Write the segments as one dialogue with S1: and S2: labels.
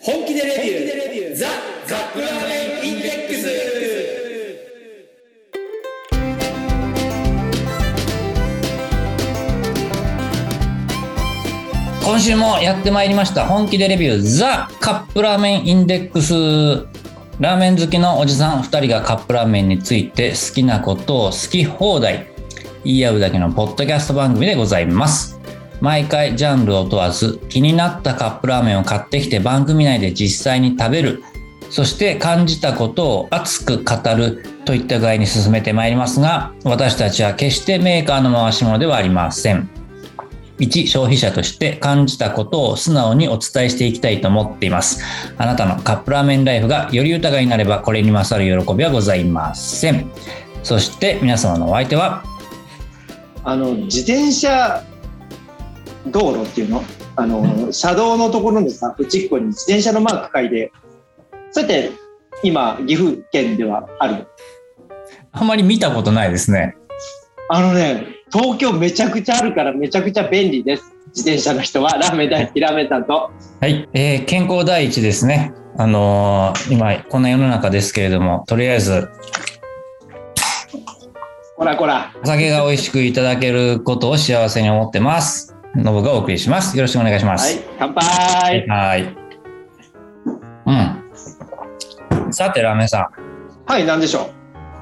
S1: でレビューザ・カップラーメンインデックス
S2: 今週もやってまいりました本気でレビューザ・カップラーメンインデックスラーメン好きのおじさん2人がカップラーメンについて好きなことを好き放題言い合うだけのポッドキャスト番組でございます毎回ジャンルを問わず気になったカップラーメンを買ってきて番組内で実際に食べるそして感じたことを熱く語るといった具合に進めてまいりますが私たちは決してメーカーの回し物ではありません一消費者として感じたことを素直にお伝えしていきたいと思っていますあなたのカップラーメンライフがより豊かになればこれに勝る喜びはございませんそして皆様のお相手は
S3: あの自転車道路っていうのあの、車道のところのさ内っこに自転車のマーク書いてそうやって今岐阜県ではある
S2: あんまり見たことないですね
S3: あのね東京めちゃくちゃあるからめちゃくちゃ便利です自転車の人はラーメン 大好きラーメンさんと
S2: はい、えー健康第一ですねあのー今こんな世の中ですけれどもとりあえず
S3: こらこら
S2: お酒が美味しくいただけることを幸せに思ってますノブがお送りしますよろしくお願いしま
S3: は
S2: す
S3: い乾杯
S2: はい。うん。さて、ラーメンさ、
S3: はい何でしょ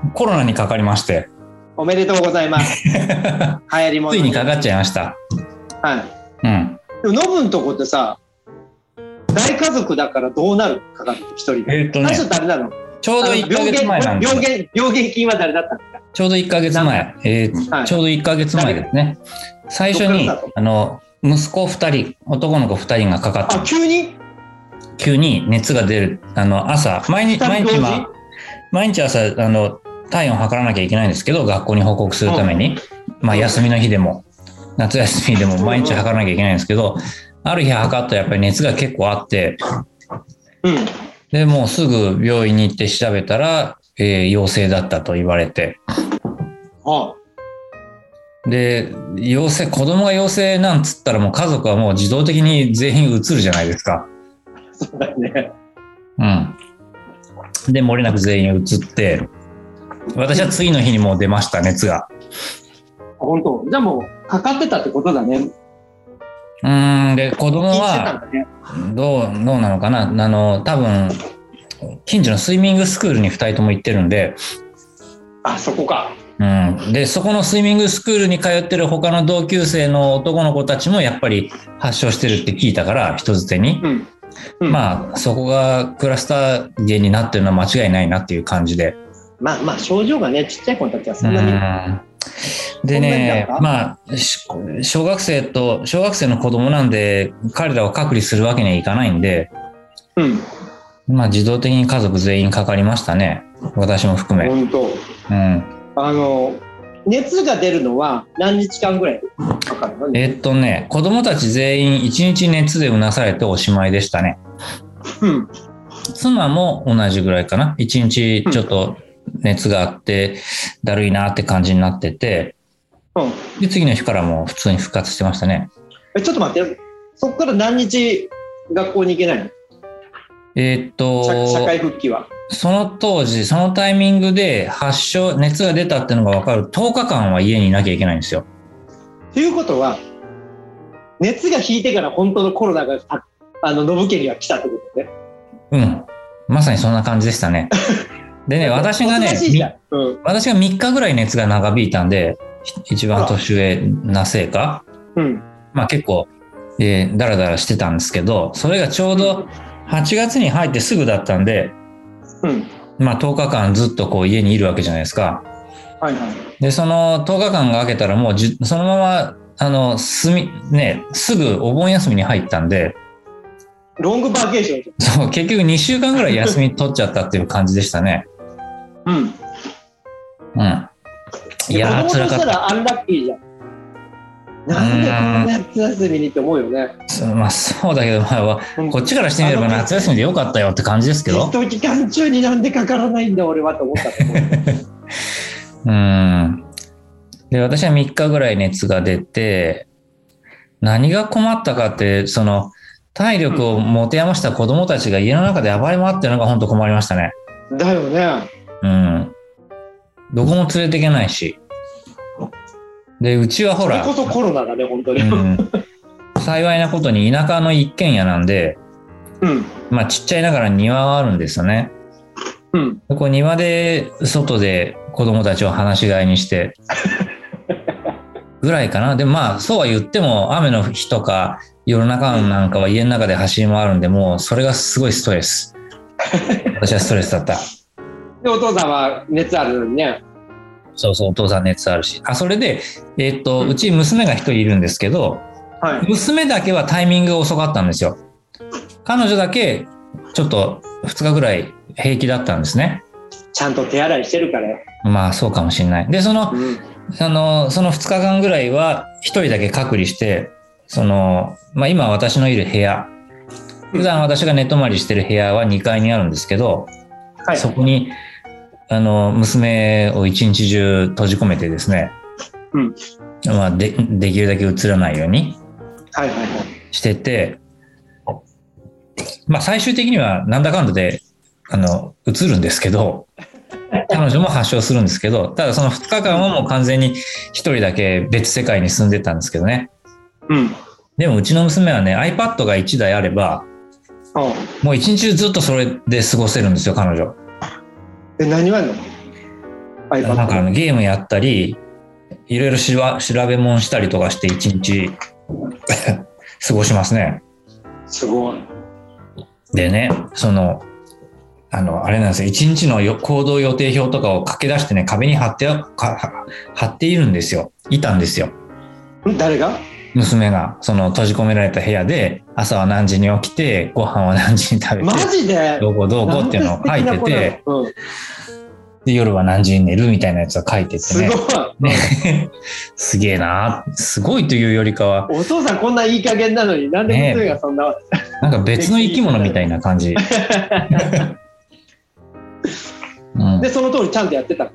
S3: うん
S2: コロナにかかりまして、
S3: おめでとうございます 流行りも
S2: ついにかかっちゃいました。
S3: はい
S2: うん。
S3: でもノブんとこってさ大家族だからどうなるかかる一人で
S2: えっと
S3: 最
S2: ね、
S3: 初誰なの
S2: ちょうど1ヶ月前なんです
S3: 病原病原菌は誰だったんですか
S2: ちょうど1ヶ月前。えー
S3: はい
S2: ちょうど1ヶ月前ですね。最初に
S3: どっからだ、
S2: あの、息子2人、男の子2人がかかった
S3: あ、急に
S2: 急に熱が出る、あの、朝、毎日、毎日は、毎日朝、あの、体温測らなきゃいけないんですけど、学校に報告するために、まあ、休みの日でも、夏休みでも毎日測らなきゃいけないんですけど、ある日測ったらやっぱり熱が結構あって、
S3: うん。
S2: で、もうすぐ病院に行って調べたら、えー陽性だったと言われて、
S3: あ
S2: で、陽性、子供が陽性なんつったらもう家族はもう自動的に全員移るじゃないですか。
S3: そうだね。
S2: うん。で、漏れなく全員移って、私は次の日にもう出ました、熱が。
S3: あ本当。じゃあもう、かかってたってことだね。
S2: うーん、で、子供
S3: 気にして
S2: は
S3: た、んだね。
S2: どう、どうなのかなあの、多分、近所のスイミングスクールに2人とも行ってるんで、
S3: あ、そこか。
S2: うん。で、そこのスイミングスクールに通ってる他の同級生の男の子たちもやっぱり発症してるって聞いたから、人づてに。
S3: うん。うん、まあ、
S2: まあ、そこがクラスター源になってるのは間違いないなっていう感じで。
S3: まあ、症状がね、ちっちゃい子たちは
S2: う
S3: そんなに。
S2: ん。でね、
S3: そんな
S2: まあ、し小学生と、小学生の子供なんで、彼らを隔離するわけにはいかないんで、
S3: うん。
S2: まあ、自動的に家族全員かかりましたね。私も含め。
S3: 本当。
S2: うん、
S3: あの、熱が出るのは何日間ぐらいかかるの
S2: えっとね子供たち全員一日熱でうなされておしまいでしたね
S3: うん。
S2: 妻も同じぐらいかな一日ちょっと熱があってだるいなって感じになってて
S3: うん。
S2: で次の日からもう普通に復活してましたね
S3: え、ちょっと待って。そこから何日学校に行けない
S2: えっ
S3: の社社
S2: と
S3: 会復帰は。
S2: その当時そのタイミングで発症熱が出たっていうのが分かる10日間は家にいなきゃいけないんですよ
S3: ということは、熱が引いてから本当のコロナがああの信家には来たってことね。
S2: うんまさにそんな感じでした ねでね私がね
S3: おとなしいじゃんうん
S2: 私が3日ぐらい熱が長引いたんで、ひ一番年上なせいか、
S3: うん
S2: まあ結構、えー、だらだらしてたんですけど、それがちょうど8月に入ってすぐだったんで、
S3: うん
S2: まあ10日間ずっとこう家にいるわけじゃないですか。
S3: はいはい
S2: で、その10日間が明けたらもうじゅそのまま、あの、すみ、ね、すぐお盆休みに入ったんで、
S3: ロングバーケーションじ
S2: そう、結局2週間ぐらい休み取っちゃったっていう感じでしたね。
S3: ゃん。うん、
S2: うん。い
S3: で
S2: やー、
S3: 子供
S2: 辛
S3: と
S2: か
S3: し
S2: った
S3: らアンラッキーじゃん。なんでこんな夏休みにって思うよね。
S2: た。そうまあそうだけど、まあ、
S3: うん
S2: こっちからしてみれば夏休みでよかったよって感じですけ
S3: テ
S2: ど
S3: ス。ト期間中になんでかからないんだ俺はと思ったと思う
S2: うん。で、私は3日ぐらい熱が出て、何が困ったかって、その、体力を持て余した子供たちが家の中で暴れ回ってるのが本当困りましたね。
S3: だよね。
S2: うん。どこも連れていけないし。で、うちはほ
S3: それ
S2: ら
S3: こ、そコロナだね、本当
S2: う
S3: に。うん。
S2: ん、幸いなことに田舎の一軒家なんで、まあちっちゃいながら庭はあるんですよね。
S3: うん。
S2: こう庭で、外で子供たちを放し飼いにして、ぐらいかな。で、まあそうは言っても、雨の日とか、夜中なんかは家の中で走り回るんで、もうそれがすごいストレス。私はストレスだった。
S3: で、お父さんは熱あるのにね。
S2: そうそう、お父さん熱あるし。あ、それで、えーっと、
S3: うん
S2: うち娘が一人いるんですけど、
S3: はい。
S2: 娘だけはタイミングが遅かったんですよ。彼女だけ、ちょっと2日ぐらい平気だったんですね。
S3: ちゃんと手洗いしてるからよ。
S2: まあ、そうかもしれない。で、その、
S3: うん。
S2: その、その2日間ぐらいは、一人だけ隔離して、その、まあ今私のいる部屋、普段私が寝泊まりしてる部屋は2階にあるんですけど、
S3: はい。
S2: そこに、あの、娘を一日中閉じ込めてですね、
S3: うん
S2: まあ、でできるだけ映らないように
S3: はいはいはい。
S2: してて、まあ、最終的にはなんだかんだで、あの、映るんですけど、彼女も発症するんですけど、ただその2日間はもう完全に1人だけ別世界に住んでたんですけどね。
S3: うん。
S2: でもうちの娘はね、iPad が1台あれば、
S3: うん。
S2: もう一日中ずっとそれで過ごせるんですよ、彼女。
S3: で、何をやるの ?iPad。
S2: なんかあのゲームやったり、いろいろしわ調べ物したりとかして一日 過ごしますね。
S3: すごい。
S2: でね、その、あの、あれなんですよ。一日のよ行動予定表とかを駆け出してね、壁に貼ってあ、か貼っているんですよ。いたんですよ。
S3: ん誰が
S2: 娘が、その閉じ込められた部屋で、朝は何時に起きて、ご飯は何時に食べて
S3: マ、ジで
S2: どこどこっていうのを書いてて、、
S3: なんて素敵な子なのうん
S2: で夜は何時に寝るみたいなやつを書いてて
S3: す
S2: ね
S3: ご。い。
S2: すげえなすごいというよりかは、
S3: お父さんこんないい加減なのになんで娘がそんな、
S2: なんか別の生き物みたいな感じ。うん
S3: でその通りちゃんとやってた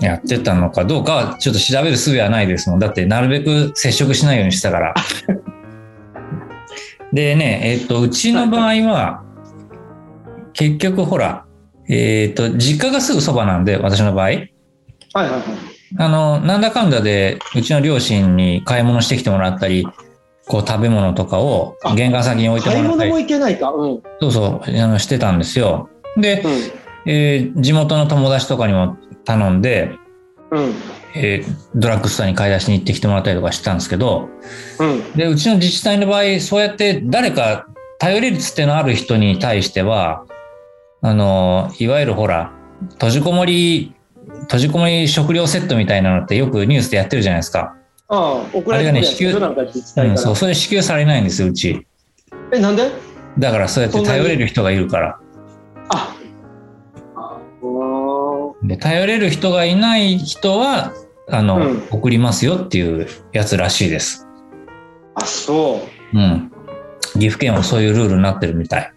S2: やってたのかどうかはちょっと調べる術はないですもん。だってなるべく接触しないようにした から。でね、えっ、と、うちの場合は、結局ほら、えっ、と、実家がすぐそばなんで、私の場合。
S3: はいはいはい
S2: あの、なんだかんだで、うちの両親に買い物してきてもらったり、こう食べ物とかを
S3: あ
S2: 玄関先に置いても
S3: 買い
S2: らった
S3: 物
S2: り
S3: も、行けないかうん、うん、
S2: そうそう、あのしてたんですよ。で、えー地元の友達とかにも頼んで、
S3: うん
S2: えードラッグストアに買い出しに行ってきてもらったりとかしてたんですけど
S3: うん
S2: でうちの自治体の場合そうやって誰か頼れるつてのある人に対してはあのいわゆるほら閉じこもり閉じこもり食料セットみたいなのってよくニュースでやってるじゃないですか、
S3: ああ送られてくるやつでしょなんか自治
S2: う
S3: 体
S2: ん、
S3: か
S2: そ
S3: ら、
S2: うそれ支給されないんですようち
S3: えなんで
S2: だからそうやって頼れる人がいるから
S3: ああー
S2: で頼れる人がいない人はあの、
S3: うん
S2: 送りますよっていうやつらしいです
S3: あそ
S2: うん。岐阜県はそういうルールになってるみたい。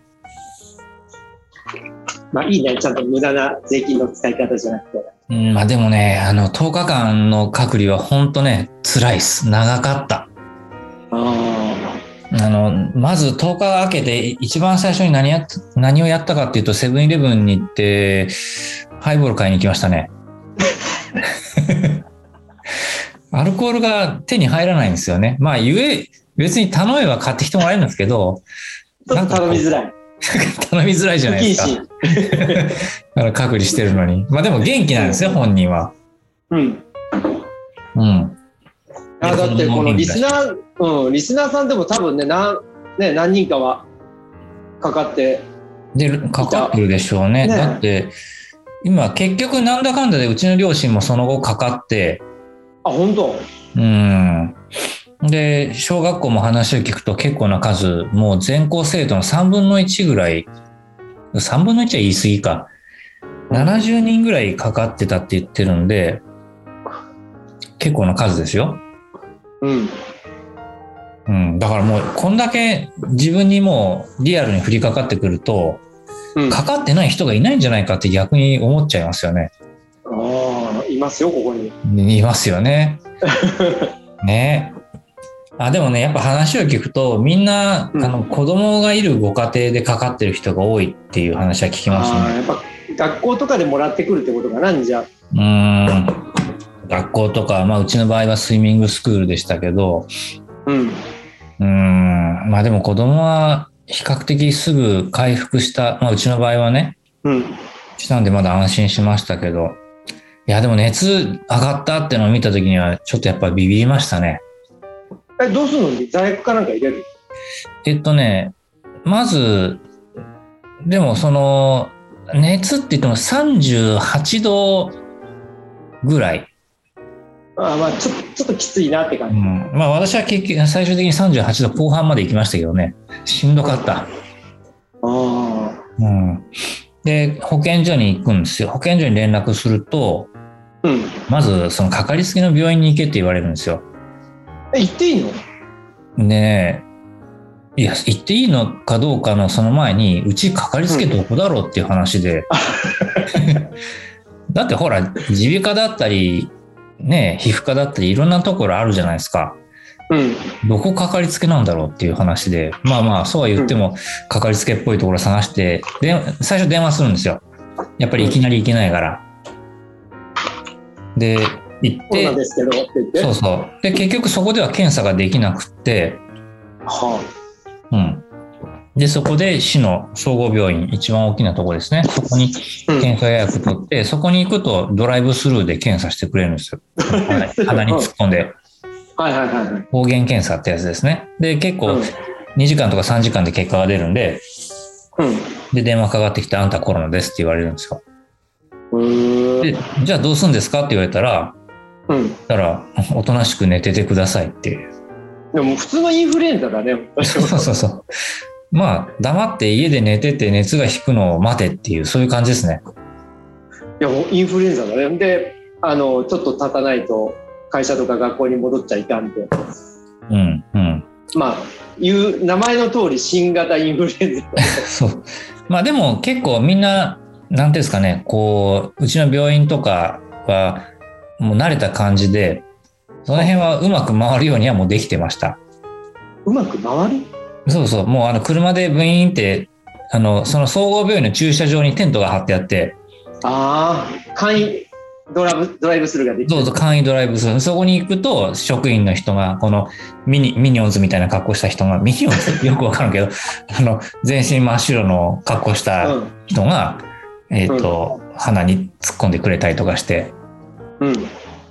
S3: うまあいいねちゃんと無駄な税金の使い方じゃなくて
S2: うん、まあでもね、あの、10日間の隔離は本当ね、辛いっす。長かった。
S3: あ
S2: あの、まず10日明けて、一番最初に何やっ、何をやったかっていうと、セブンイレブンに行って、ハイボール買いに行きましたね。 アルコールが手に入らないんですよね。まあ、ゆえ、別に頼めば買ってきてもらえるんですけど、
S3: あちょっと頼みづらい
S2: 頼みづらいじゃ
S3: 不
S2: ないで
S3: 謹
S2: すか。
S3: 慎
S2: あの隔離してるのに。まあでも元気なんですよ、本人は。
S3: うん
S2: うん。
S3: あだってこのリスナー、うん、リスナーさんでも多分ね、なんね何人かはかかって、
S2: で、かかってるでしょうね。
S3: ね
S2: だって、今結局なんだかんだでうちの両親もその後かかって、
S3: あ、本当
S2: うん。で、小学校も話を聞くと結構な数、もう全校生徒の3分の1ぐらい、3分の1は言い過ぎか。70人ぐらいかかってたって言ってるんで、結構な数ですよ。
S3: うん。
S2: うん、だからもうこんだけ自分にもうリアルに降りかかってくると
S3: うん、
S2: か
S3: あ
S2: かってない人がいないんじゃないかって逆に思っちゃいますよね。
S3: あ、いますよ、ここに。
S2: いますよね。ねあでもねやっぱ話を聞くとみんな、
S3: うん
S2: あの子供がいるご家庭でかかってる人が多いっていう話は聞きました
S3: あー
S2: ね
S3: やっぱ学校とかでもらってくるってことかなじゃあ
S2: うーん学校とか、まあ、うちの場合はスイミングスクールでしたけど
S3: うん
S2: うーんまあでも子供は比較的すぐ回復した、まあ、うちの場合はね
S3: うん
S2: したんでまだ安心しましたけどいやでも熱上がったってのを見た時にはちょっとやっぱビビりましたね
S3: えどうするの在庫かなんか入れる
S2: えっとね、まず、でもその、熱って言っても38度ぐらい。
S3: あーまあちょちょっときついなって
S2: う
S3: 感じ、
S2: ん、まあ私は結局最終的に38度後半まで行きましたけどね。しんどかった。
S3: あ
S2: うん。で、保健所に行くんですよ。保健所に連絡すると、
S3: あうん
S2: まずそのかかりつけの病院に行けって言われるんですよ。
S3: え行っていいの
S2: でね、いや、行っていいのかどうかのその前に、うちかかりつけどこだろうっていう話 で。だってほら、耳鼻科だったり、ね、皮膚科だったり、いろんなところあるじゃないですか。
S3: うん
S2: どこかかりつけなんだろうっていう話で、まあまあ、そうは言っても、かかりつけっぽいところ探して、で、最初電話するんですよ。やっぱりいきなり行けないから。で、行っ
S3: コロナ
S2: て、
S3: ですけどって言って
S2: そうそう。で、結局そこでは検査ができなくって、
S3: は
S2: うん。で、そこで市の総合病院、一番大きなとこですね。そこに
S3: あ、うん
S2: 検査予約取って、そこに行くとドライブスルーで検査してくれるんですよ。鼻 に鼻に突っ込んで。
S3: はいはいはいはい
S2: 抗原検査ってやつですね。で、結
S3: う
S2: 構
S3: ん
S2: 2時間とか3時間で結果が出るんで、
S3: うん
S2: で、電話かかってきて、あんたコロナですって言われるんですよ。
S3: う
S2: で
S3: ー、
S2: じゃあどうするんですかって言われたら、
S3: うん
S2: たら、おとなしく寝ててくださいって いう。
S3: でも普通のインフルエンザだね。
S2: そうそうそう。まあ、黙って家で寝てて熱が引くのを待てっていう、そういう感じですね。
S3: いやもうインフルエンザだね。で、あのちょっと経たないと会社とか学校に戻っちゃいかんって。
S2: うん、うん。
S3: まあいう名前の通り新型インフルエンザ。
S2: そう。まあでも結構みんな、なんていうんですかね、こう、うちの病院とかは、もう慣れた感じで、その辺はうまく回るようにはもうできてました。
S3: うまく回る？
S2: そうそう、もうあの車でブイーンって、あの、その総合病院の駐車場にテントが張ってあって、
S3: ああ、簡易ドラブドライブスルーができ
S2: どう
S3: る。
S2: ぞ簡易ドライブする。そこに行くと、職員の人が、このミニ、ミニオンズみたいな格好した人が、ミニオンズよくわかるけど、あの、全身真っ白の格好した
S3: うん
S2: 人が、えっと鼻に突っ込んでくれたりとかして
S3: うん。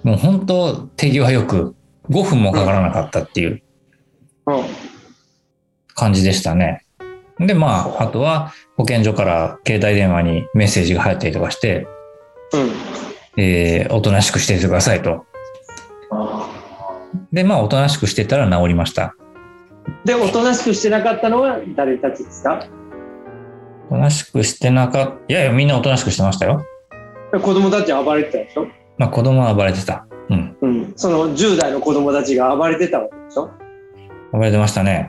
S2: もう本当手際よく5分もかからなかったっていう
S3: うん
S2: 感じでしたね。でまああとは保健所から携帯電話にメッセージが入ったりとかして、
S3: うん。
S2: えーおとなしくしててくださいと。
S3: あ
S2: でまあおとなしくしてたら治りました。
S3: ーでおとなしくしてなかったのは誰たちですか？
S2: おとなしくしてなかいやいやみんなおとなしくしてましたよ。
S3: 子供たち暴れてたでしょ？
S2: まあ子供は暴れてた。うん。
S3: うん。その10代の子供たちが暴れてたわけでしょ？
S2: 暴れてましたね。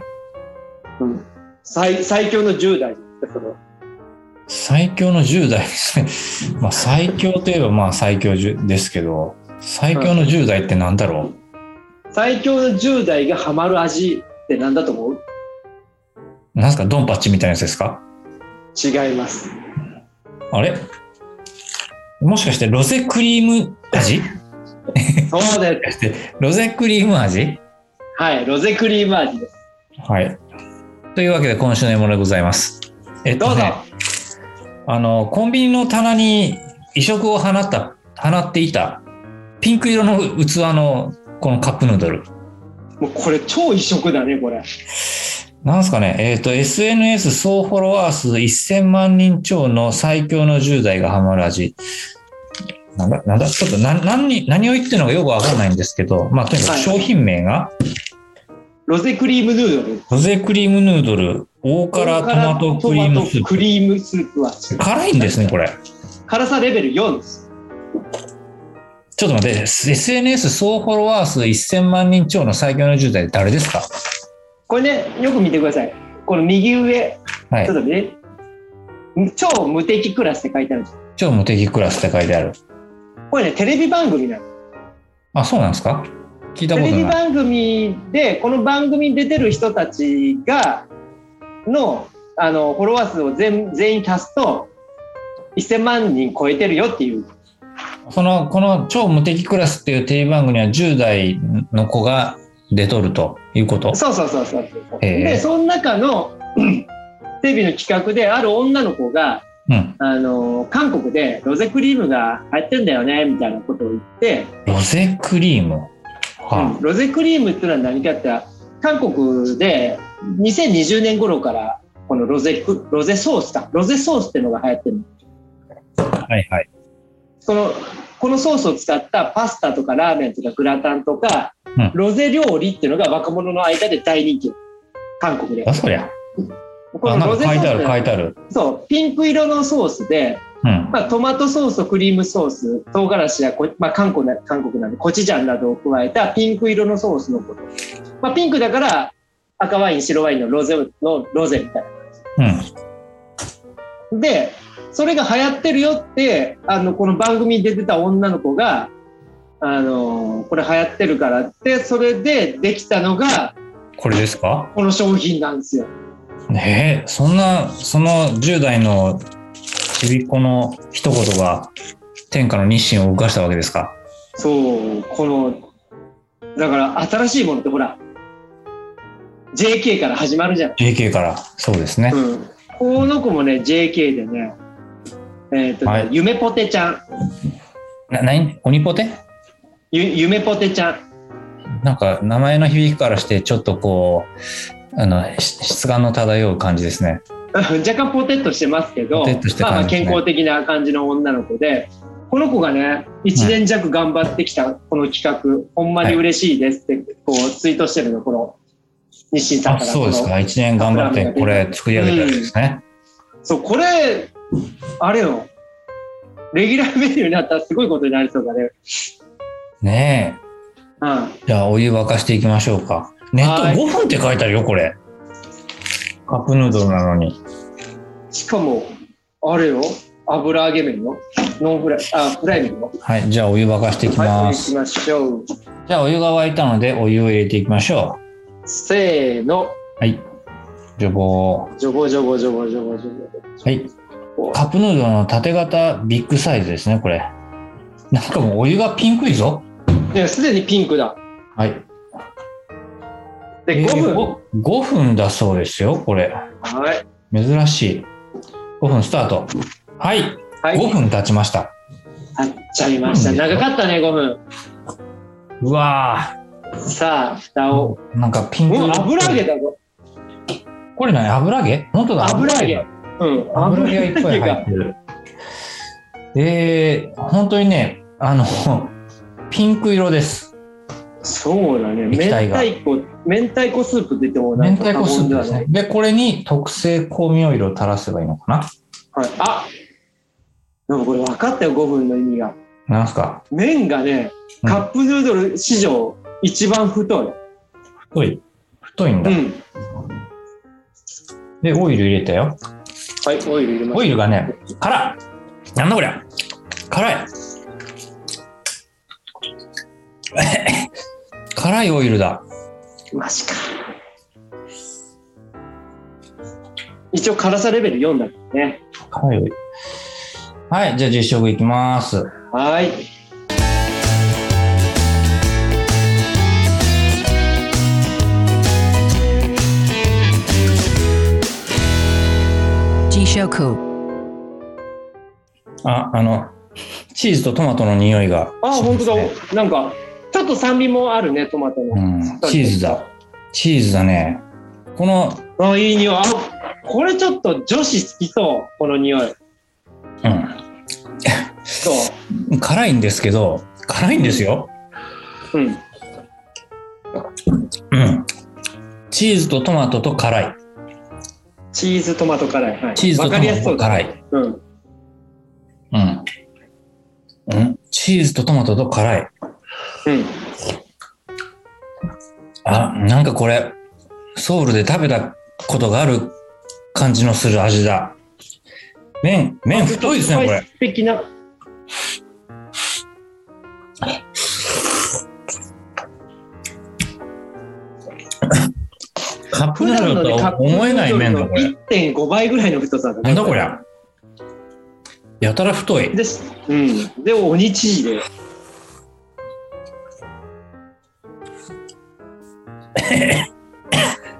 S3: うん。最最強の10代その
S2: 最強の10代ですね。まあ最強といえばまあ最強10ですけど、最強の10代ってなんだろ
S3: 最強の10代がハマる味って何だと思う
S2: うなんすかドンパッチみたいなやつですか
S3: 違います
S2: あれもしかしてロゼクリーム味
S3: そうです
S2: ロゼクリーム味
S3: はいロゼクリーム味です
S2: はい。というわけで今週の獲物でございます。えっ
S3: どう
S2: と
S3: ぞ、
S2: ね、あの、コンビニの棚に異色を放った、放っていたピンク色の器のこのカップヌードル。
S3: もうこれ超異色だねこれ
S2: なんすかね、えっ、と、SNS 総フォロワー数1000万人超の最強の10代がハマる味。なんだ、なんだ、ちょっとな何に、何を言ってるのかよくわかんないんですけど、まあ、とにかく
S3: はい
S2: 商品名が、
S3: ロゼクリームヌードル
S2: ロゼクリームヌードル、大辛トマトクリームスー
S3: ク
S2: プ。
S3: リームスープは
S2: 辛いんですね、これ。
S3: 辛さレベル4です
S2: ちょっと待って、SNS 総フォロワー数1000万人超の最強の10代誰ですか
S3: これねよく見てくださいこの右上
S2: は
S3: ち
S2: い
S3: ょっ。とね超無敵クラスって書いてある
S2: 超無敵クラスって書いてある。
S3: これねテレビ番組なの
S2: あ、そうなんですか聞いた
S3: テ
S2: こと
S3: レビ
S2: ない。
S3: 番組でこの番組に出てる人たちがのあのフォロワー数を全全員足すと1000万人超えてるよっていう
S2: その、この超無敵クラスっていうテレビ番組には10代の子が出とるということ
S3: そうそうそうそうそう
S2: へえ
S3: でその中のテレビの企画である女の子が
S2: うん。
S3: あの韓国でロゼクリームが流行ってんだよねみたいなことを言って、
S2: ロゼクリーム。は
S3: ロゼクリームっていうのは何かって言ったら韓国で2020年頃からこのロゼクロゼソースかロゼソースっていうのが流行ってるの
S2: あ、はいはい。
S3: そのこのソースを使ったパスタとかラーメンとかグラタンとか、
S2: うん
S3: ロゼ料理っていうのが若者の間で大人気韓国で
S2: あ、そりゃ。
S3: こ
S2: あ、
S3: の
S2: な
S3: ロ
S2: ん
S3: ゼ
S2: か
S3: ソ
S2: 書いてあ
S3: ー
S2: る、
S3: ス
S2: 書いてある。
S3: そうピンク色のソースで、
S2: うん。
S3: まあ、トマトソースとクリームソース唐辛子やこ、まあ、韓国な韓国なんでコチュジャンなどを加えたピンク色のソースのこと、まあ、ピンクだから赤ワイン白ワインのロゼのロゼみたいな。
S2: うん。
S3: でそれが流行ってるよってあのこの番組に出てた女の子があのこれ流行ってるからってそれでできたのが
S2: これですか
S3: この商品なんですよ。
S2: ねえ、そんな、その10代のちびっ子の一言が天下の日清を動かしたわけですか
S3: そうこのだから新しいものってほら JK から始まるじゃん。
S2: ?JK から。そうですね。
S3: うん、この子もね JK でね,、えーとね
S2: はい
S3: ゆめぽてちゃん
S2: な、なに鬼ポテ
S3: ゆゆめぽてちゃん
S2: なんか名前の響きからしてちょっとこう、あの、し質感の漂う感じですね。
S3: 若干ポテッとしてますけど、
S2: ポテッとして
S3: まあ
S2: 感じ
S3: ま
S2: で
S3: あ
S2: すね
S3: 健康的な感じの女の子でこの子がね1年弱頑張ってきたこの企画、ほんまに嬉しいですってこうツイートしてるのこの日清さん
S2: あ、
S3: から
S2: そうです
S3: この
S2: か。一年頑張ってこれ作り上げたわけですね。
S3: そうこれあれよレギュラーメニューになったらすごいことになりそうだね、
S2: ね
S3: うん
S2: え。じゃあお湯沸かしていきましょうか。熱湯
S3: は
S2: 5
S3: い
S2: 分って書いてあるよ、これ。カップヌードルなのに。
S3: しかもあれよ油揚げ麺のノンフライあフライ麺の
S2: はい、じゃあお湯沸かしていき
S3: はい
S2: ま
S3: い
S2: す
S3: き。ましょう
S2: じゃあお湯が沸いたのでお湯を入れていきましょ
S3: せーの
S2: う。はい。ジョボー。
S3: ジョボジョボジョボジョボジョ
S2: はい。
S3: ボ
S2: カップヌードルの縦型ビッグサイズですね、これ。なんかもうお湯がピンクいぞ。
S3: いやすでにピンクだ
S2: はい。
S3: で5分、
S2: 分 ?5 分だそうですよ、これ。
S3: はい
S2: 珍しい。5分スタート。はい。
S3: はい
S2: 5分経ちました。
S3: 経っちゃいました長かったね5分
S2: うわ
S3: さあ蓋を
S2: ぁ。なんかピンク
S3: うん油揚げだぞ
S2: これ何油揚げ本当だ。
S3: 油揚げうん
S2: 油揚げがいっぱい入ってる。えー、本当にね、あの、 ピンク色です。
S3: そうだね明
S2: 液体が
S3: 太子明太子スープ出てもな
S2: 明
S3: んか
S2: 太子スープですね。で、これに特製香味オイルを垂らせばいいのか
S3: 過言ではないはい、あなんかこれ分かったよ5分の意味が
S2: ななんすか
S3: 麺がね
S2: うん
S3: カップヌードル史上一番太い、
S2: 太い。太いん
S3: う
S2: だ。
S3: ん
S2: で、オイル入れたよ。
S3: はい、オイル入れま
S2: オ
S3: す。
S2: イルがね、辛いなんだこりゃ辛 い辛いオイルだ。
S3: マジか。一応辛さレベル4だからね。
S2: 辛いオイル。はい、じゃあ実食いきます。
S3: はーい。
S4: Jishoku.
S2: あ、あの、チーズとトマトの匂いが、
S3: あ、本当だ。なんか、ちょっと酸味もあるね、トマトの。
S2: うん、チーズだ。。チーズだね。この、
S3: あ、いい匂い。あ、これちょっと女子好きそう、この匂い。そ
S2: うん、辛いんですけど、辛いんですよ。
S3: う。うん。
S2: うん。チーズとトマトと辛い。
S3: チーズトマト辛い。はい、
S2: チーズと
S3: わ
S2: ト
S3: か
S2: マ
S3: りや
S2: ト
S3: すそ
S2: と
S3: うだ
S2: 辛
S3: ね。
S2: い。
S3: うん。
S2: うん。うん、チーズとトマトと辛い。
S3: うん。
S2: あ、なんかこれ、ソウルで食べたことがある感じのする味だ。麺、麺太いですね、これ。
S3: スパイス的な。
S2: カップヌードルとは思えない麺だ、これ。
S3: 1.5倍ぐらいの太さだ
S2: なんだこりゃ。やたら太い。
S3: です。うん。で、鬼知 事で。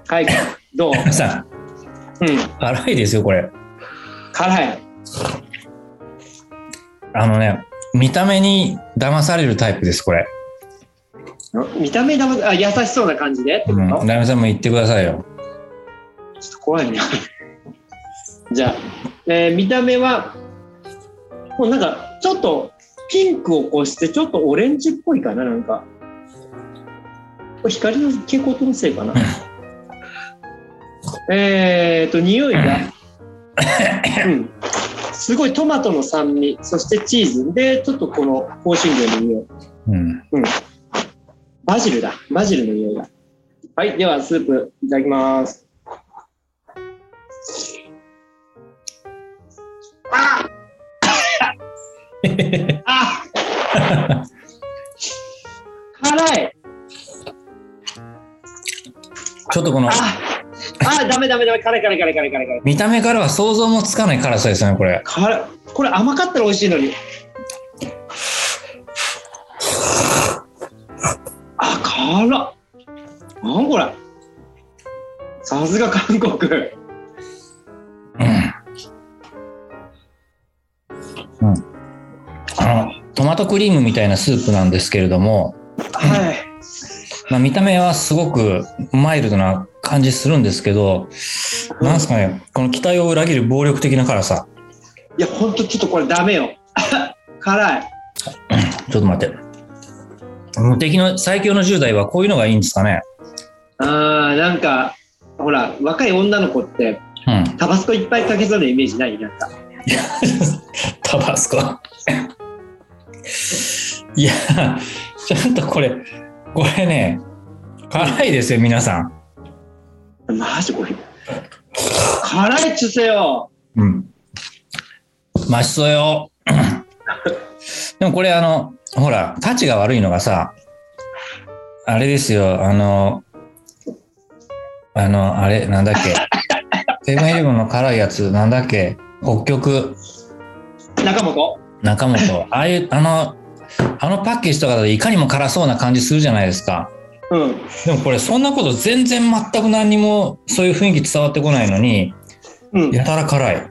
S3: はい、どう
S2: 皆さ
S3: うん、
S2: ん、辛いですよ、これ。
S3: 辛い。
S2: あのね、見た目に騙されるタイプです、これ。
S3: 見た目だも、あ、優しそうな感じでって
S2: う
S3: こと、
S2: ん。
S3: ちょ
S2: ラミさんも言ってくださいよ。
S3: っと怖いな。 じゃあ、えー見た目は、もうなんか、ちょっとピンクをこして、ちょっとオレンジっぽいかな、なんか。これ光の蛍光灯のせいかな。 えーと、匂いが、うん、すごいトマトの酸味、そしてチーズ、で、ちょっとこの香辛料の匂い。
S2: うん。
S3: バジルだ。バジルの匂いだ。はい、ではスープいただきます。あ辛い
S2: ちょっとこの、
S3: ああダメダメダメ辛い辛い辛い辛い辛い辛い
S2: 見た目からは想像もつかない辛さですね、これ。
S3: 辛いこれ甘かったら美味しいのにあ辛っなんこれさすが韓国
S2: うん。うん。あの、トマトクリームみたいなスープなんですけれども、
S3: はい
S2: まあ、見た目はすごくマイルドな感じするんですけど、なんすかね、この期待を裏切る暴力的な辛さ。
S3: いや、ほんとちょっとこれダメよ。 辛い。
S2: ちょっと待って。無敵の最強の10代はこういうのがいいんですかね。
S3: あーなんか、ほら、若い女の子って、
S2: うん。
S3: タバスコいっぱいかけそうなイメージないなんか。
S2: タバスコ。いや、ちょっとこれ、これね、辛いですよ、皆さん。
S3: マジこれ。辛いっちゅせよ。
S2: うん。ましそう よ。でもこれあの、ほら、タチが悪いのがさ、あれですよ、あの、あの、あれ、なんだっ け。セブンイレブンの辛いやつ、なんだっけ。北極、
S3: 中本
S2: 中本。ああいう、あの、あのパッケージとかだといかにも辛そうな感じするじゃないですか。
S3: うん。
S2: でもこれ、そんなこと全然全く何にもそういう雰囲気伝わってこないのに、
S3: うん。
S2: やたら辛い。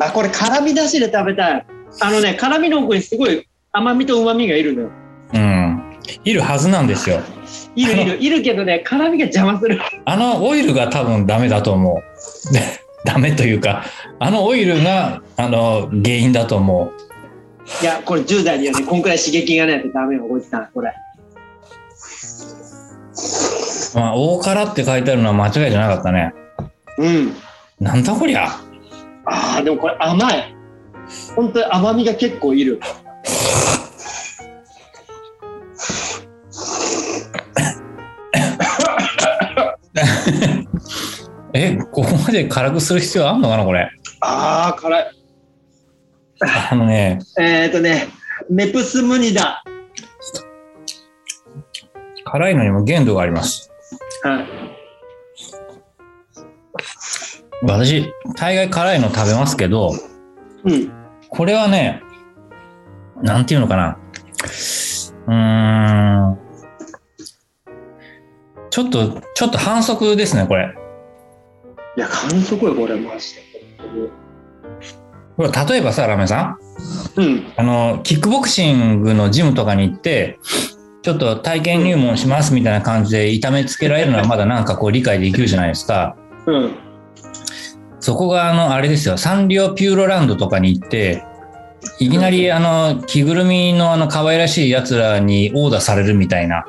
S3: あ、これ辛味だしで食べたい。あのね、辛味の奥にすごい甘みと旨味がいるのよ。
S2: うん。いるはずなんですよ。
S3: いる いる、いるけどね、辛味が邪魔する。
S2: あのオイルが多分ダメだと思う。 でダメというか、あのオイルがあの原因だと思う。
S3: いや、これ10代にはね、こんくらい刺激がないとダメよ、おじさん、これ。
S2: まあ、大辛って書いてあるのは間違いじゃなかったね。
S3: うん。
S2: なんだこりゃ。
S3: ああ、でもこれ甘い。本当に甘みが結構いる。
S2: え、ここまで辛くする必要あんのかな、これ。
S3: ああ、辛い。
S2: あのね、
S3: えっ、ー、とね、メプスムニダ。
S2: 辛いのにも限度があります。
S3: はい。
S2: 私、大概辛いの食べますけど、
S3: うん。
S2: これはね、なんていうのかな。うーん。ちょっと、ちょっと反則ですね、これ。
S3: いや、感想よ、これ、マジで。
S2: ほら例えばさ、ラーメンさん。
S3: うん。
S2: あの、キックボクシングのジムとかに行って、ちょっと体験入門しますみたいな感じで痛めつけられるのはまだなんかこう理解できるじゃないですか。
S3: うん。
S2: そこがあの、あれですよ、サンリオピューロランドとかに行って、いきなりあの、着ぐるみのあの可愛らしい奴らに殴打されるみたいな、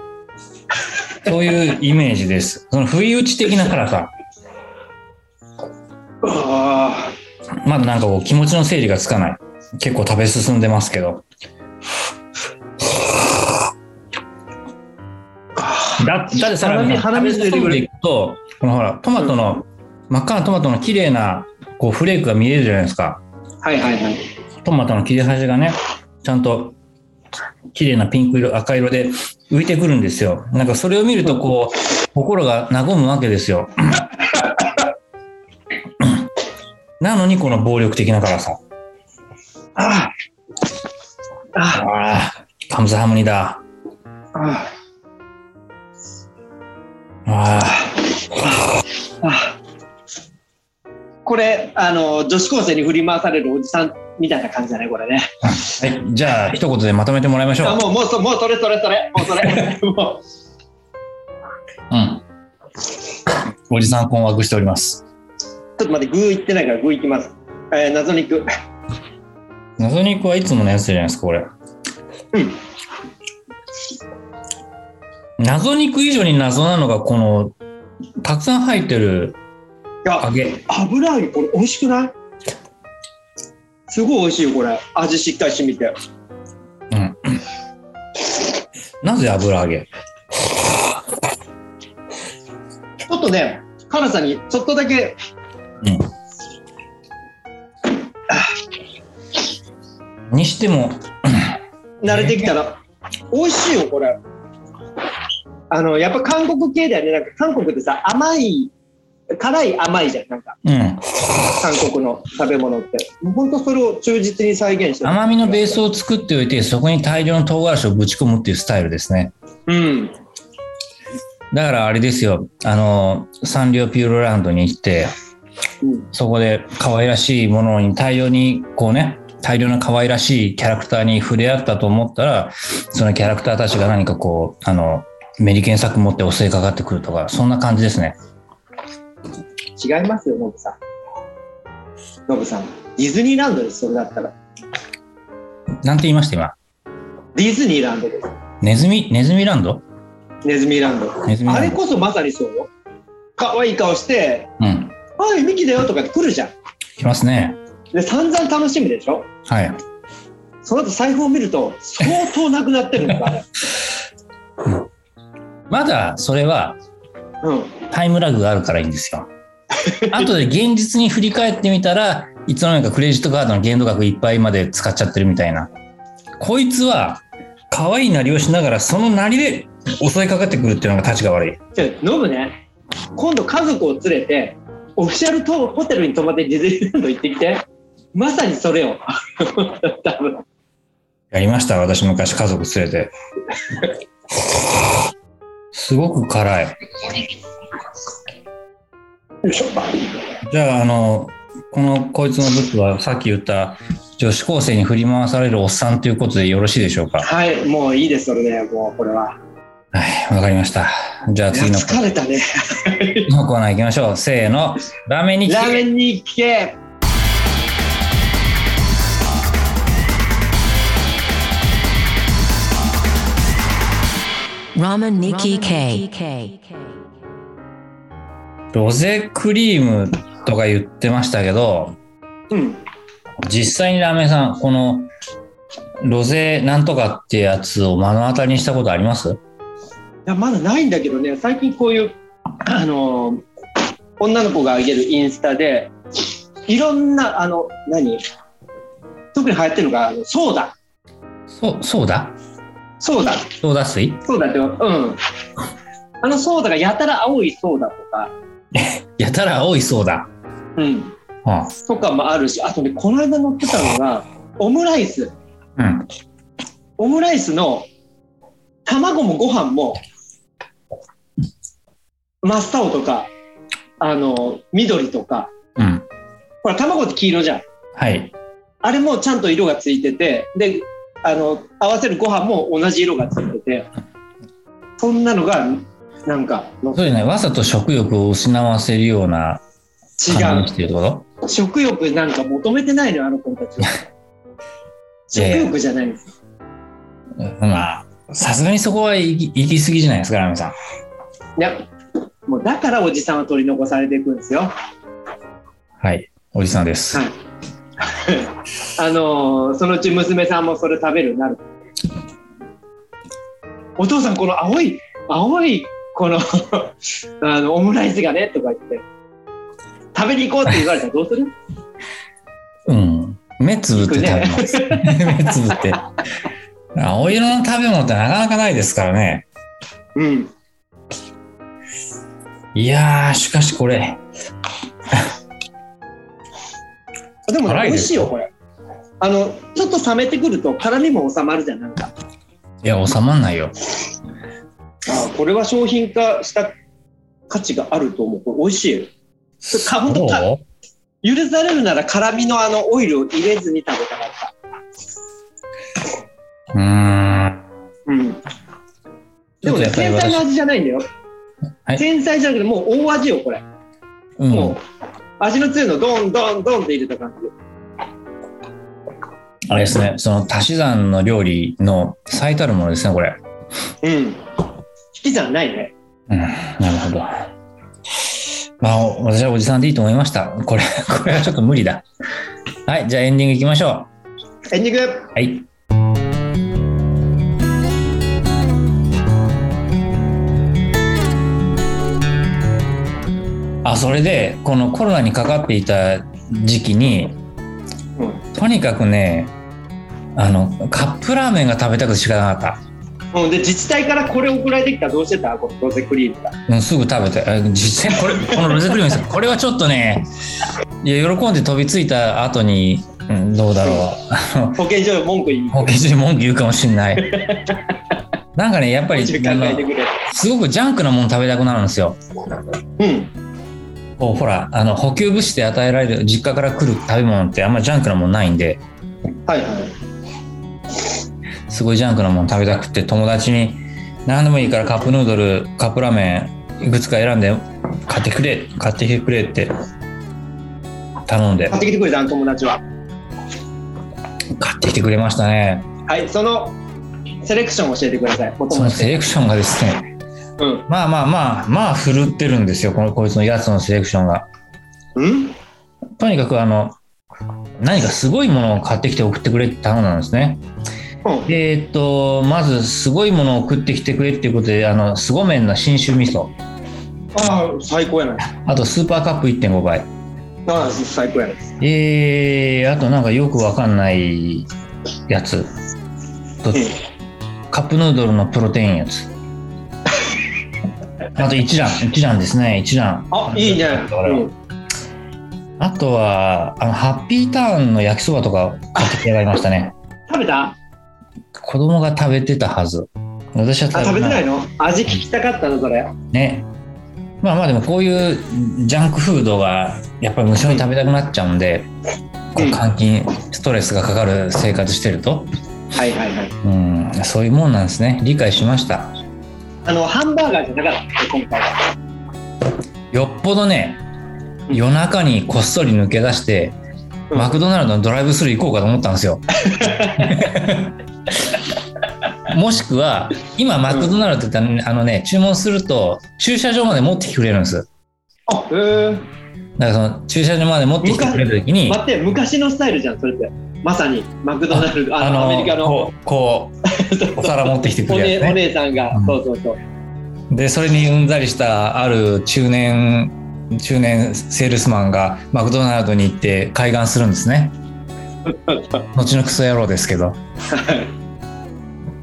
S2: そういうイメージです。その不意打ち的な辛さ。
S3: あ
S2: まだなんかこう気持ちの整理がつかない。結構食べ進んでますけど。だだってさら
S3: 鼻
S2: に
S3: 水鼻水出てくる
S2: いくと、このほら、トマトの、真っ赤なトマトの綺麗なこうフレークが見えるじゃないですか。
S3: あ。はいはいはい。
S2: トマトの切れ端がね、ちゃんと綺麗なピンク色、赤色で浮いてくるんですよ。なんかそれを見ると、こう、心が和むわけです よ。なのに、この暴力的な辛さ。
S3: ああ、あ
S2: ああ、カムサハムニだ。
S3: あ、あ
S2: あ
S3: あ、ああ。これ、あの、女子高生に振り回されるおじさんみたいな感じだね、これね。
S2: あ。はい、じゃあ、一言でまとめてもらいましょ
S3: あ
S2: う。
S3: もう、もうそ、もうそれそれそれ、もうそれ。 も
S2: うん。おじさん困惑しております。
S3: うちょっと待って、グーいってないから、グーいきます。えー、謎肉。
S2: 謎肉はいつものやつじゃないですか、これ。
S3: うん。
S2: 謎肉以上に謎なのが、この、たくさん入ってる揚
S3: あ、
S2: げ。
S3: 油揚げ、これ、美味しくないすごい美味しいよ、これ。味しっかり染みて。
S2: うん。なぜ油揚げ
S3: ちょっとね、辛さにちょっとだけ、
S2: うん。にしても、
S3: 慣れてきたら、美味しいよこれあのやっぱ韓国系だよねなんか韓国ってさ甘い辛い甘いじゃんなんか
S2: うん。
S3: 韓国の食べ物ってもうほんとそれを忠実に再現してる
S2: 甘みのベースを作っておいて、そこに大量の唐辛子をぶち込むっていうスタイルですね。
S3: うん
S2: だからあれですよ、あの、サンリオピューロランドに行って、
S3: うん
S2: そこで可愛らしいものに大量にこうね、大量の可愛らしいキャラクターに触れ合ったと思ったら、そのキャラクターたちが何かこう、あの、メリケン作持って襲いかかってくるとか、そんな感じですね。
S3: 違いますよノブさんノブさんディズニーランドですそれだったら
S2: なんて言いました今。
S3: ディズニーランドです
S2: ネズミ、ネズミランド
S3: ネズミランド
S2: ネズミラン
S3: あ
S2: ド
S3: れこそまさにそうよ可愛い顔して
S2: うん。
S3: 「はいミキだよ」とかって来るじゃん
S2: 来ますね。
S3: で散々楽しみでしょ
S2: はい。
S3: その後財布を見ると相当なくなってるんだあれ
S2: まだそれは
S3: うん
S2: タイムラグがあるからいいんですよ。後で現実に振り返ってみたらいつの間にかクレジットカードの限度額いっぱいまで使っちゃってるみたいな。こいつは可愛いなりをしながらそのなりで襲いかかってくるっていうのが立ちが悪い。
S3: じゃあ飲むね今度家族を連れてオフィシャルとホテルに泊まってディズニーランド行ってきてまさにそれを 多分
S2: やりました私昔家族連れて。すごく辛い。
S3: よいしょ
S2: じゃあ、あの、このこいつのブックはさっき言った女子高生に振り回されるおっさんということでよろしいでしょうか。
S3: はいもういいですそれでもうこれは
S2: はい、わかりました。じゃあ
S3: いや
S2: 次の
S3: 疲れたね
S2: 次のコーナー行きましょう。せーの、ラーメンに
S3: ラーメ
S2: ン
S3: ンに行け
S4: ラマニキ K
S2: ロゼクリームとか言ってましたけど、
S3: うん
S2: 実際にラーメンさん、このロゼなんとかってやつを目の当たりにしたことあります
S3: いやまだないんだけどね最近こういうあのー女の子が上げるインスタでいろんなあの何特に流行ってるのがあのソーダ
S2: そう、そうだ
S3: ソーダ
S2: ソーダ水
S3: ソーダってうんあのソーダがやたら青いソーダとか
S2: やたら青いそうだ。
S3: うん
S2: うん。
S3: とかもあるしあとねこの間乗ってたのがオムライス
S2: うん。
S3: オムライスの卵もご飯も真っ青とかあの緑とか
S2: うん。
S3: ほら卵って黄色じゃん
S2: はい。
S3: あれもちゃんと色がついててであの合わせるご飯も同じ色がついててそんなのがなんかの
S2: そうじゃない、わざと食欲を失わせるような感
S3: 違
S2: じっていうこと
S3: う食欲なんか求めてないのよあの子たちは食欲じゃ ないんです
S2: うんまあ、さすがにそこは行き行き過ぎじゃないですか、ラーメンさん。
S3: いやもうだからおじさんは取り残されていくんですよ
S2: はい。おじさんです。
S3: はいあのーそのうち娘さんもそれ食べるようになるお父さんこの青い青いこの あのオムライスがねとか言って食べに行こうって言われたらどうする
S2: うん。目つぶって食べます。目つぶって。青色の食べ物ってなかなかないですからね。
S3: うん。
S2: いやー、しかしこれ。
S3: でもね、
S2: 辛い
S3: 美
S2: で
S3: 味
S2: す
S3: しいよ、これ。あの、ちょっと冷めてくると、辛みも収まるじゃん、なんか。
S2: いや、収まんないよ。
S3: あこれは商品化した価値があると思う。これ美味しいよ。ちょかほんとか
S2: どう
S3: 許されるなら辛みのあのオイルを入れずに食べたかった。
S2: うーん。
S3: うん。でもね、
S2: ちょっとや
S3: 繊
S2: っぱり私
S3: 細な味じゃないんだよ。
S2: はい
S3: 繊細じゃなくて、もう大味よ、これ。
S2: う。、
S3: もうん味の強いのドンドンドンって入れた感じ。
S2: あれですね、その足し算の料理の最たるものですね、これ。
S3: うん。引き算ないね。
S2: うん、なるほど。まあ、お私はおじさんでいいと思いました。これ、これはちょっと無理だ。はい、じゃあエンディングいきましょ
S3: エンディング
S2: う。はい。あ、それで、このコロナにかかっていた時期に、
S3: うん
S2: とにかくね、あの、カップラーメンが食べたくてしかなかった。
S3: うん、で自治体からこれ送られてきたらどうしてたこのロゼクリームが
S2: うん、すぐ食べて、あ実際これ、このロゼクリームです。 これはちょっとね、いや、喜んで飛びついた後に、うん、どうだろう。
S3: 保健所で文句言いに
S2: 保健所に文句言うかもしれない。なんかね、やっぱり、
S3: 考えてくれ
S2: すごくジャンクなもの食べたくなるんですよ。
S3: うん
S2: こう、ほら、あの、補給物資で与えられる、実家から来る食べ物ってあんまジャンクなもんないんで、
S3: はいはい
S2: すごいジャンクなもの食べたくて、友達に、何でもいいからカップヌードル、カップラーメン、いくつか選んで、買ってくれ、買ってきてくれって、頼んで
S3: 買っ。てきてくれたあの友達は
S2: 買ってきてくれましたね。
S3: はいそのセレクション教えてくださいお
S2: そ
S3: 友
S2: のセ
S3: 達
S2: レクションがですね、
S3: うん
S2: まあまあまあ、まあ、振るってるんですよ、このこいつのやつのセレクションが。
S3: うん
S2: とにかく、あの、何かすごいものを買ってきて送ってくれって頼んだんですね。
S3: うん
S2: でえっと、まず、すごいものを送ってきてくれっていうことで、あの、凄麺の信州味噌、
S3: ああ最高やな
S2: あとスーパーカップ1.5倍、
S3: ああ最高やな
S2: えー、あとなんかよくわかんないやつ、と
S3: うん
S2: カップヌードルのプロテインやつ。あと一蘭、一蘭ですね、一蘭。
S3: あいいねうん
S2: あとは、あの、ハッピーターンの焼きそばとか買ってきてやりましたね。
S3: 食べた
S2: 子供が食べてたはず。私は
S3: あ食べてない
S2: い。
S3: の味聞きたかったのそれ
S2: ね。まあまあでもこういうジャンクフードがやっぱり無性に食べたくなっちゃうんで、こう
S3: うん
S2: 監禁、ストレスがかかる生活してると、
S3: はいはいはい
S2: うん、そういうもんなんですね。理解しました。
S3: あのハンバーガーじゃなかった今回は
S2: よっぽどね、
S3: うん
S2: 夜中にこっそり抜け出して、
S3: うん
S2: マクドナルドのドライブスルー行こうかと思ったんです よ。もしくは、今、マクドナルドってあのねあのね、注文すると、駐車場まで持ってきてくれるんです。
S3: あへえ
S2: だからその、駐車場まで持ってきてくれるときに、
S3: 待って昔のスタイルじゃんそれってまさにマクドナルドあのアメリカの
S2: こう、こ う、お皿持ってきてく
S3: お,、
S2: れ
S3: ね
S2: る、、ね
S3: お。姉さんが、
S2: うん
S3: そうそうそう
S2: でそれにうんざりしたある中年中年セールスマンがマクドナルドに行って開眼するんです ね後のクソ野郎ですけど、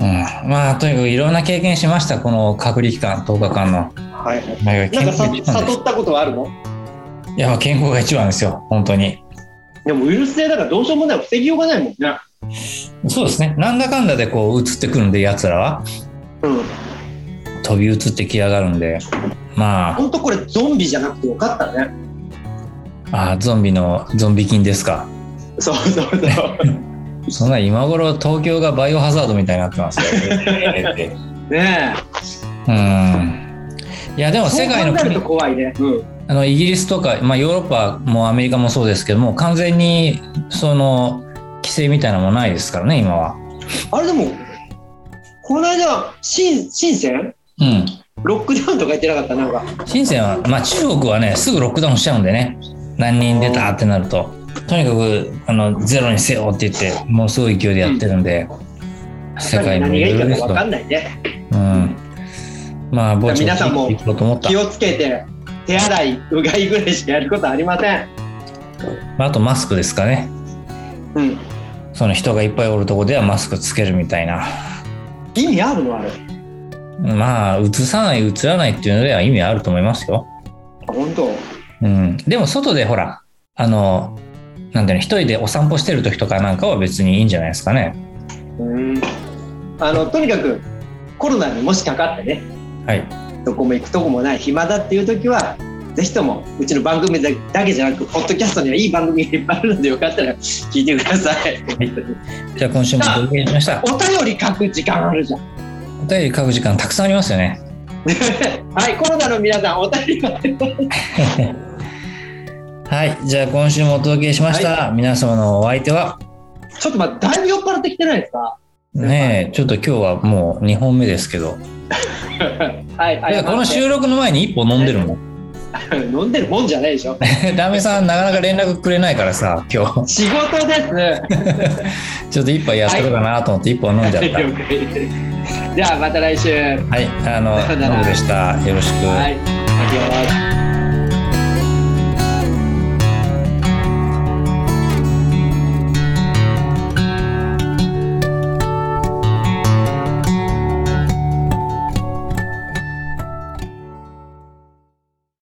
S2: うん、まあとにかくいろんな経験しましたこの隔離期間10日間の
S3: はいはい
S2: まあ
S3: な
S2: 健
S3: んか
S2: 康
S3: さ
S2: が一番です
S3: 悟ったことはあるの
S2: いやまあ健康が一番ですよ本当に
S3: でもウイルス性だからどうしようもない防ぎようがないもんね
S2: そうですねなんだかんだでこう移ってくるんでやつらは
S3: うん
S2: 飛び移ってきやがるんでまあ
S3: 本当これゾンビじゃなくてよかったね
S2: あゾンビのゾンビ菌ですか
S3: そうそう そう
S2: そんな今頃東京がバイオハザードみたいになってますよ
S3: ね
S2: うんいやで
S3: え
S2: も
S3: そ
S2: 世
S3: う考
S2: 界の
S3: える
S2: 国
S3: と怖いねうん
S2: あのイギリスとか、まあ、ヨーロッパもアメリカもそうですけども完全にその規制みたいなのもないですからね今は。
S3: あれでもこの間深深セン
S2: うん、
S3: ロックダウンとか言ってなかったなんか
S2: 深センは、まあ、中国はねすぐロックダウンしちゃうんでね何人出たってなるととにかくあのゼロにせよって言ってものすごい勢いでやってるんで、世界の
S3: 何がいいか
S2: で
S3: も
S2: す
S3: 分
S2: と
S3: かんないね
S2: うん、まあぼちぼ
S3: 皆
S2: ち
S3: さんも
S2: 行こうと思った
S3: 気をつけて手洗いうがいぐらいしかやることありません
S2: まああとマスクですかね
S3: うん
S2: その人がいっぱいおるとこではマスクつけるみたいな
S3: 意味あるのあれ
S2: まあうつさないうつらないっていうのでは意味あると思いますよ、
S3: あ本当
S2: うん、でも外でほらあのなんていうの一人でお散歩してる時とかなんかは別にいいんじゃないですかね
S3: うんあのとにかくコロナにもしかかってね
S2: はい
S3: どこも行くとこもない暇だっていう時はぜひともうちの番組だだけじゃなくポッドキャストにはいい番組がいっぱいあるのでよかったら聞いてください
S2: じゃあ今週もお届けしました
S3: お便り書く時間あるじゃん
S2: お便り書く時間たくさんありますよね
S3: はいコロナの皆さんお便り書いて
S2: はいじゃあ今週もお届けしました、皆様のお相手は
S3: ちょっと待ってだいぶ酔っ払ってきてないですか
S2: ねえちょっと今日はもう2本目ですけど
S3: はい
S2: いやこの収録の前に1本飲んでるもん
S3: 飲んでるもんじゃないでしょ
S2: ラメさんなかなか連絡くれないからさ今日
S3: 仕事です
S2: ちょっと一杯やっとこうかなと思って一本飲んじゃった。
S3: 了解じゃあまた来週。eh,
S2: はい、あの、
S3: さよなら
S2: ノブでした。よろしく。
S3: はい。ありがとうございます